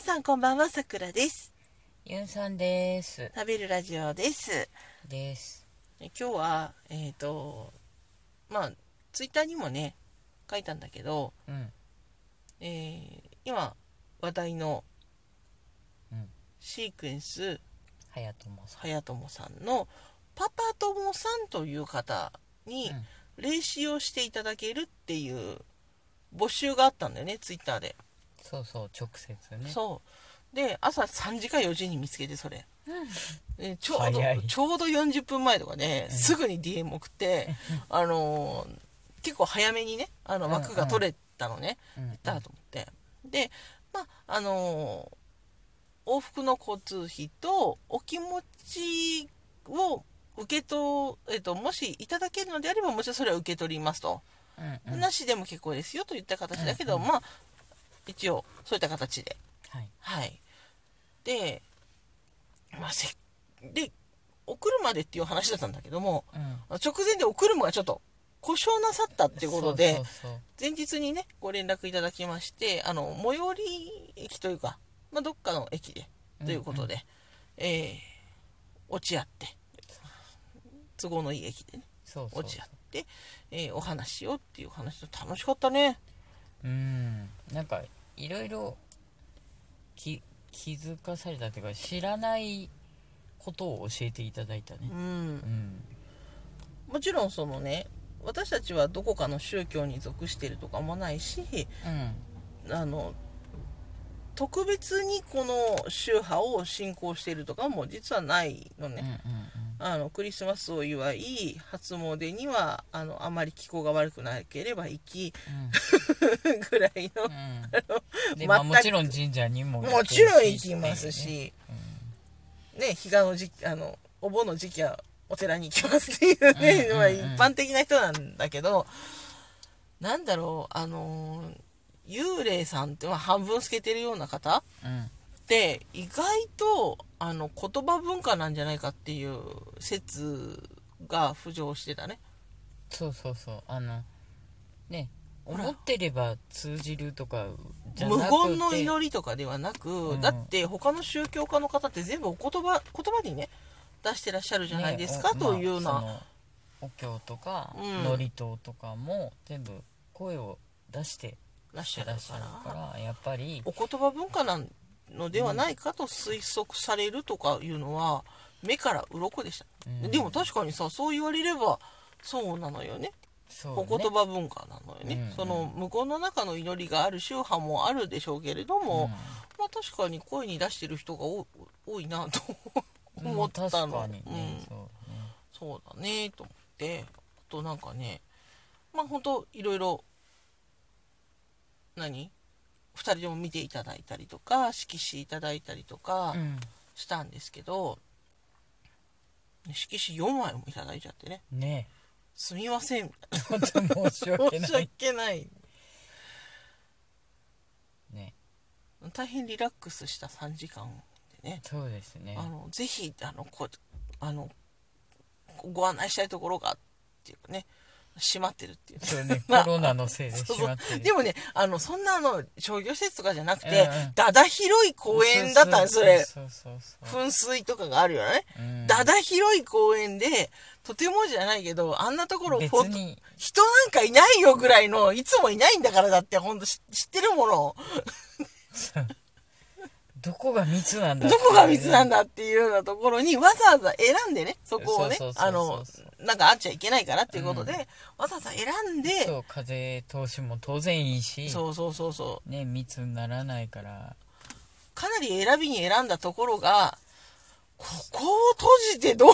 さんこんばんは、さくらです。ゆんさんです。食べるラジオです。です。え今日は、えっ、と、まあ、ツイッターにもね、書いたんだけど、うん。えー今、話題のうん。シークエンス、はやともさん。はやともさんの、パパともさんという方に、うん霊視をしていただけるっていう募集があったんだよね、ツイッターで。そうそう、直接ね。そう。で、朝3時か4時に見つけて、それ。でちょうど早いちょうど40分前とかね、うんすぐに DM 送って、あのー結構早めにね、あのうんうん枠が取れたのね、うん。うんだと思って。で、まあ、あのー往復の交通費とお気持ちを受け取、えっと、もしいただけるのであれば、もちろんそれは受け取りますと。うんうん。なしでも結構ですよといった形だけど、うんうんまあ、一応、そういった形で。はい。はい。で、まあ、せで、お車でっていう話だったんだけども、うん。直前でお車がちょっと故障なさったってことで、そうそう前日にね、ご連絡いただきまして、あの、最寄り駅というか、まあ、どっかの駅で、そう。ということで、えー落ち合って、都合のいい駅でね、そうそう。落ち合って、えーお話をっていう話と楽しかったね。うん。なんか、いろいろ、き、気づかされたっていうか、知らないことを教えていただいたねう。んう。ん。もちろんそのね私たちはどこかの宗教に属してるとかもないしうん。あの特別にこの宗派を信仰してるとかも実はないのうんうんね、うん。あのクリスマスを祝い初詣にはあのあまり気候が悪くなければ行き ぐらいの、 うん。全くで、まあもちろん神社にも。もちろん行きます。しうん。ね彼岸の時期あのお盆の時期はお寺に行きますっていうね、うんうんうんまあ一般的な人なんだけどなんだろうあのー幽霊さんって、まあ、半分透けてるような方っうん。て意外とあの言葉文化なんじゃないかっていう説が浮上してたね。そうそうそうあのねほら思ってれば通じるとかじゃな無くて言の祈りとかではなく、んだって他の宗教家の方って全部お言葉言葉にね出してらっしゃるじゃないですか、ねというような、まあそのお経とかうん祝詞とかも全部声を出してらっしゃるてらっしゃかるら。からやっぱりお言葉文化なのではないかと推測されるとかいうのは目から鱗でした、うんでも確かにさそう言われればそうなのよねそうお言葉文化なのよね、うんうんその向こうの中の祈りがある宗派もあるでしょうけれども、まあ確かに声に出してる人が多多いなとうん思ったの、まあ確かにねうんそうねそうだねと思ってあとなんかねまあほんといろいろ何2人でも見ていただいたりとか色紙いただいたりとかうんしたんですけど、色紙4枚もいただいちゃってねねすみませんみたいちょっと申しな訳申しない訳ないね大変リラックスした3時間でねそうですねあのぜひあのこあのご案内したいところがっていうかね閉まってるっていうねそうねコまあロナのせいでしそうそまうってるでもねあのそんなあの商業施設とかじゃなくて、うんうんだだ広い公園だったんですそれそうそうそうそう噴水とかがあるよね、うんだだ広い公園でとてもじゃないけどあんなところ別ほんとに人なんかいないよぐらいのいつもいないんだからだってほんと知知ってるものどこが密なんだどこが水なんだだっていうようなところにわざわざ選んでねそこをねそうそうそうそうあのなんかあっちゃいけないからっていうことで、うんわざわざ選んでそう風通しも当然いいしそうそうそうそうね密にならないからかなり選びに選んだところが、ここを閉じてどう、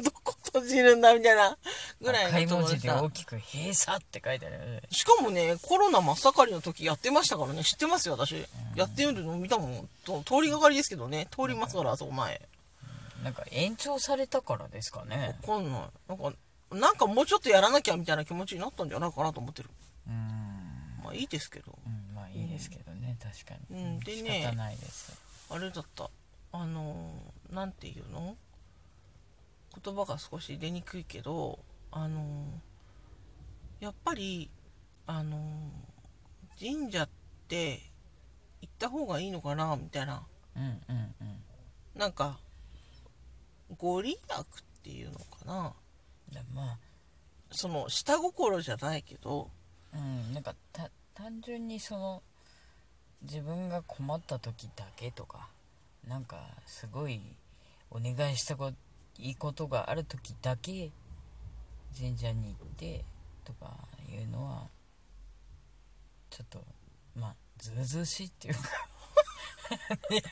どこ閉じるんだみたいなぐら赤いいのとこ文ろで字でした大。きく「閉鎖」って書いてあるよねしかもね、コロナ真っ盛りの時やってましたからね、知ってますよ、私。やってるの見たもん。と通りがかりですけどね、通りますから、あそこ前。なんか延長されたからですかねわかんない。なんか、なんかもうちょっとやらなきゃみたいな気持ちになったんじゃないかなと思ってる。うんまあいいですけど。うんまあいいですけどね、確かに、うんでね仕方ないですあれだった。あのー、なんていうの言葉が少し出にくいけど、あのー、やっぱり、あのー、神社って、行った方がいいのかなみたいなうんうんうんなんかご利益っていうのかなでまその下心じゃないけどあうんなんかた単純にその自分が困った時だけとかなんかすごいお願いしたこいいことがある時だけ神社に行ってとかいうのはちょっとまあずうずうしいっていうか ね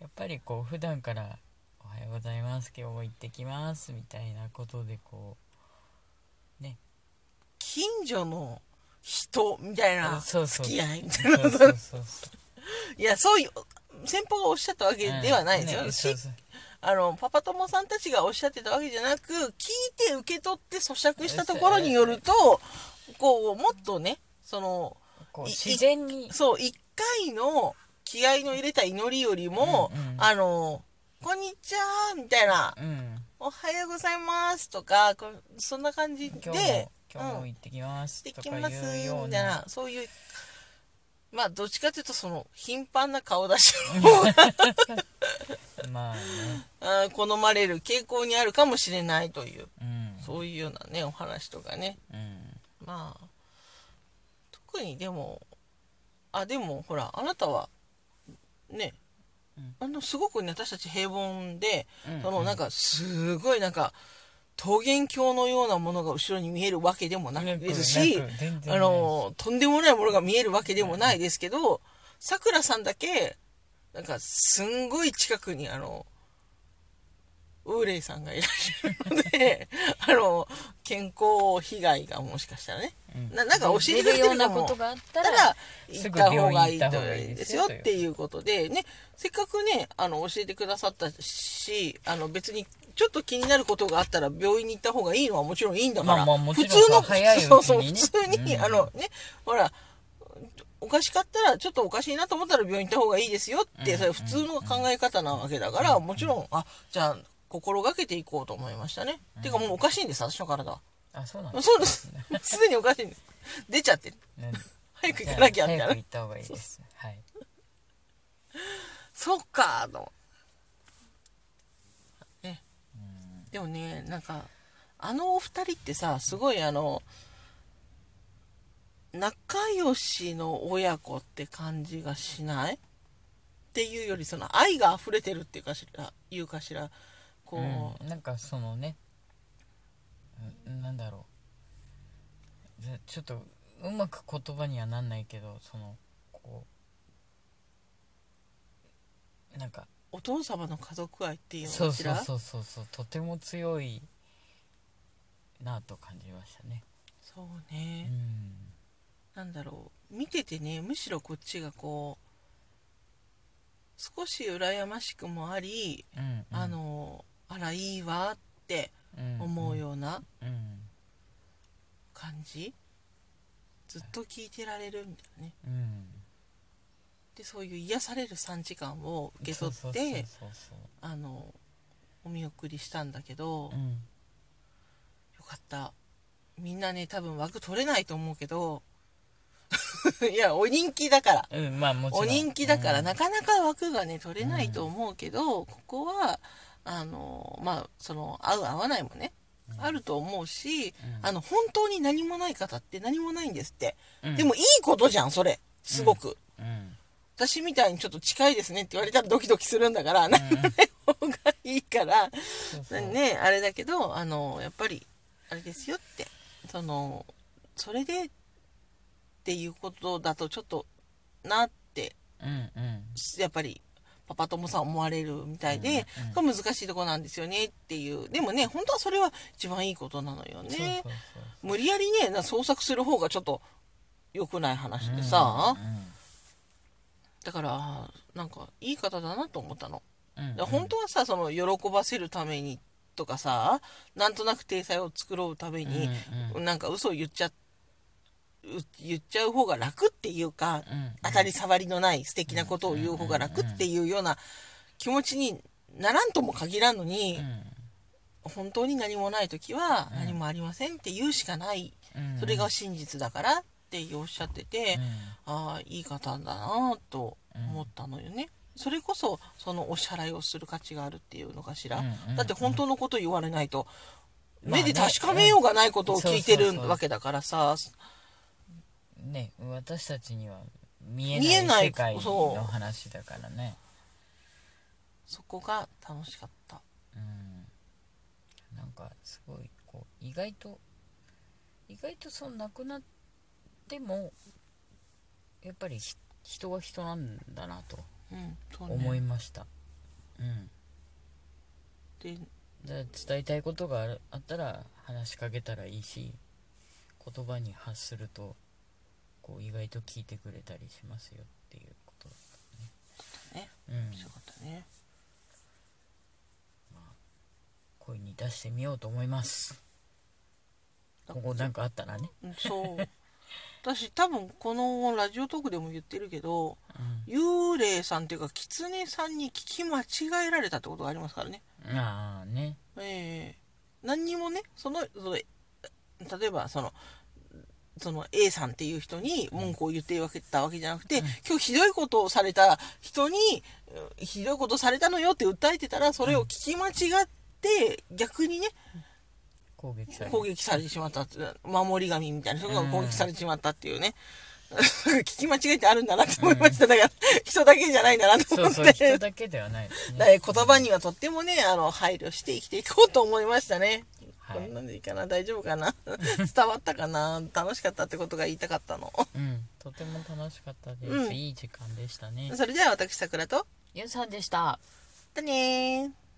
やっぱりこう普段から「おはようございます今日も行ってきます」みたいなことでこうね近所の人みたいなそうそう付き合いみたい そなうそうそういやそういう先方がおっしゃったわけではないですよ、ねしそうそうあのパパ友さんたちがおっしゃってたわけじゃなく聞いて受け取って咀嚼したところによるとこうもっとねそのこうい自然にそう1回の気合の入れた祈りよりも、うんうんあの「こんにちは」みたいなうん「おはようございます」とかこうそんな感じ今で日も今日うもん行ってきますでときかますいうようみたいななそういうまあどっちかというとその頻繁な顔出しの方がまあね あー好まれる傾向にあるかもしれないといううんそういうようなねお話とかねうんまあ特にでもあでもほらあなたはね、うんあのすごくね私たち平凡で、うんそのなんかすごいなんか桃源郷のようなものが後ろに見えるわけでもないですし、なく全然ないあのとんでもないものが見えるわけでもないですけどさくらさんだけなんかすんごい近くにあのウーレイさんがいらっしゃるの であの健康被害がもしかしたらねうんななんかお尻が出て出るよるうかなもことがあったただら行った方がいいとすぐ病院行った方がいいいいでですすよよっていうことでねせっかくねあの教えてくださったしあの別にちょっと気になることがあったら病院に行った方がいいのはもちろんいいんだから、まあまあもちろん普通の早いうちにねそうそう普通に、うんあのねほらおかしかったらちょっとおかしいなと思ったら病院行った方がいいですよって、うんそれ普通の考え方なわけだから、もちろんあじゃあ心がけていこうと思いましたね、ていうかもうおかしいんです私の体はあそうなんそうです すでにおかしいんです出ちゃってるね早く行かなきゃみたい早くな行った方がいいですはいそっかーと。ね、うんでもね、なんか、あのお二人ってさ、すごいあの、仲良しの親子って感じがしないっていうより、その愛が溢れてるっていうかしら、いうかしら、こう、うん、なんかそのねんなんだろうぜちょっとうまく言葉にはなんないけどそのこうなんかお父様の家族愛っていうのそうかしそうらそうそうそうとても強いなぁと感じましたねそううね。んなんだろう見ててねむしろこっちがこう少し羨ましくもあり、うんあのあらいいわって思う、ようなうんうん感じ、ずっと聞いてられるみたいなねうんうん、でそういう癒される3時間を受け取そっうそうてそうそうあのお見送りしたんだけど、そうようんかったみんなね多分枠取れないと思うけど いやお人気だからうんまあもちろおん人気だから、うんなかなか枠がね取れないと思うけど、ここはあのまあその合う合わないもね、うんあると思うし、うんあの本当に何もない方って何もないんですって、うんでもいいことじゃんそれすごく、 うん私みたいにちょっと近いですねって言われたらドキドキするんだから、なんうん方がいいから、そうそうねあれだけどあのやっぱりあれですよってそのそれでっていうことだとちょっとなってうんうんやっぱりパパ友さん思われるみたいで、うんこれ難しいとこなんですよねっていうでもね本当はそれは一番いいことなのよねそうそうそう無理やりねな創作する方がちょっと良くない話でさ、だからあーなんかいい方だなと思ったの、うんうんうんだから本当はさその喜ばせるためにとかさなんとなく体裁を作ろうために、うんうんなんか嘘を言っちゃう言っちゃう方が楽っていうか、うん当たり障りのない素敵なことを言う方が楽っていうような気持ちにならんとも限らんのに、本当に何もない時はうん何もありませんって言うしかない、うんそれが真実だからっっておっしゃってて、ああいい方だなと思ったのよね、それこそそのお支払いをする価値があるっていうのかしら、だって本当のこと言われないとまあね目で確かめようがないことを聞いてうるんそうそうそうわけだからさ、当ね私たちには見見ええなないい世界そうの話だからねそこが楽しかったうんなんかすごいこう意外と意外とその亡くなってもやっぱりひ人は人なんだなとうんそうね思いました、でうんで伝えたいことがあるあったら話しかけたらいいし言葉に発するとこう意外と聞いてくれたりしますよっていうことだったねねうんそうだったね声に出してみようと思いますだここなんかあったらね、うんそう私多分このラジオトークでも言ってるけど幽霊さんっていうか狐さんに聞き間違えられたってことがありますからねうん、ああねええ何にもねそのその例えばそのその A さんっていう人に文句を言ってたわけじゃなくて、今日ひどいことをされた人にうんひどいことされたのよって訴えてたらそれを聞き間違って逆にね攻撃され攻撃されてしまったって守り神みたいな人が攻撃されてしまったっていうね、 聞き間違えてあるんだなって思いましただから人だけじゃないんだなとそ思うってそう人だけではないですね だから言葉にはとってもねあの配慮して生きていこうと思いましたね、はこいんなんでいいかな大丈夫かな 伝わったかな楽しかったってことが言いたかったの うんとても楽しかったです、うんいい時間でしたねそれでは私さくらとゆうさんでしただねー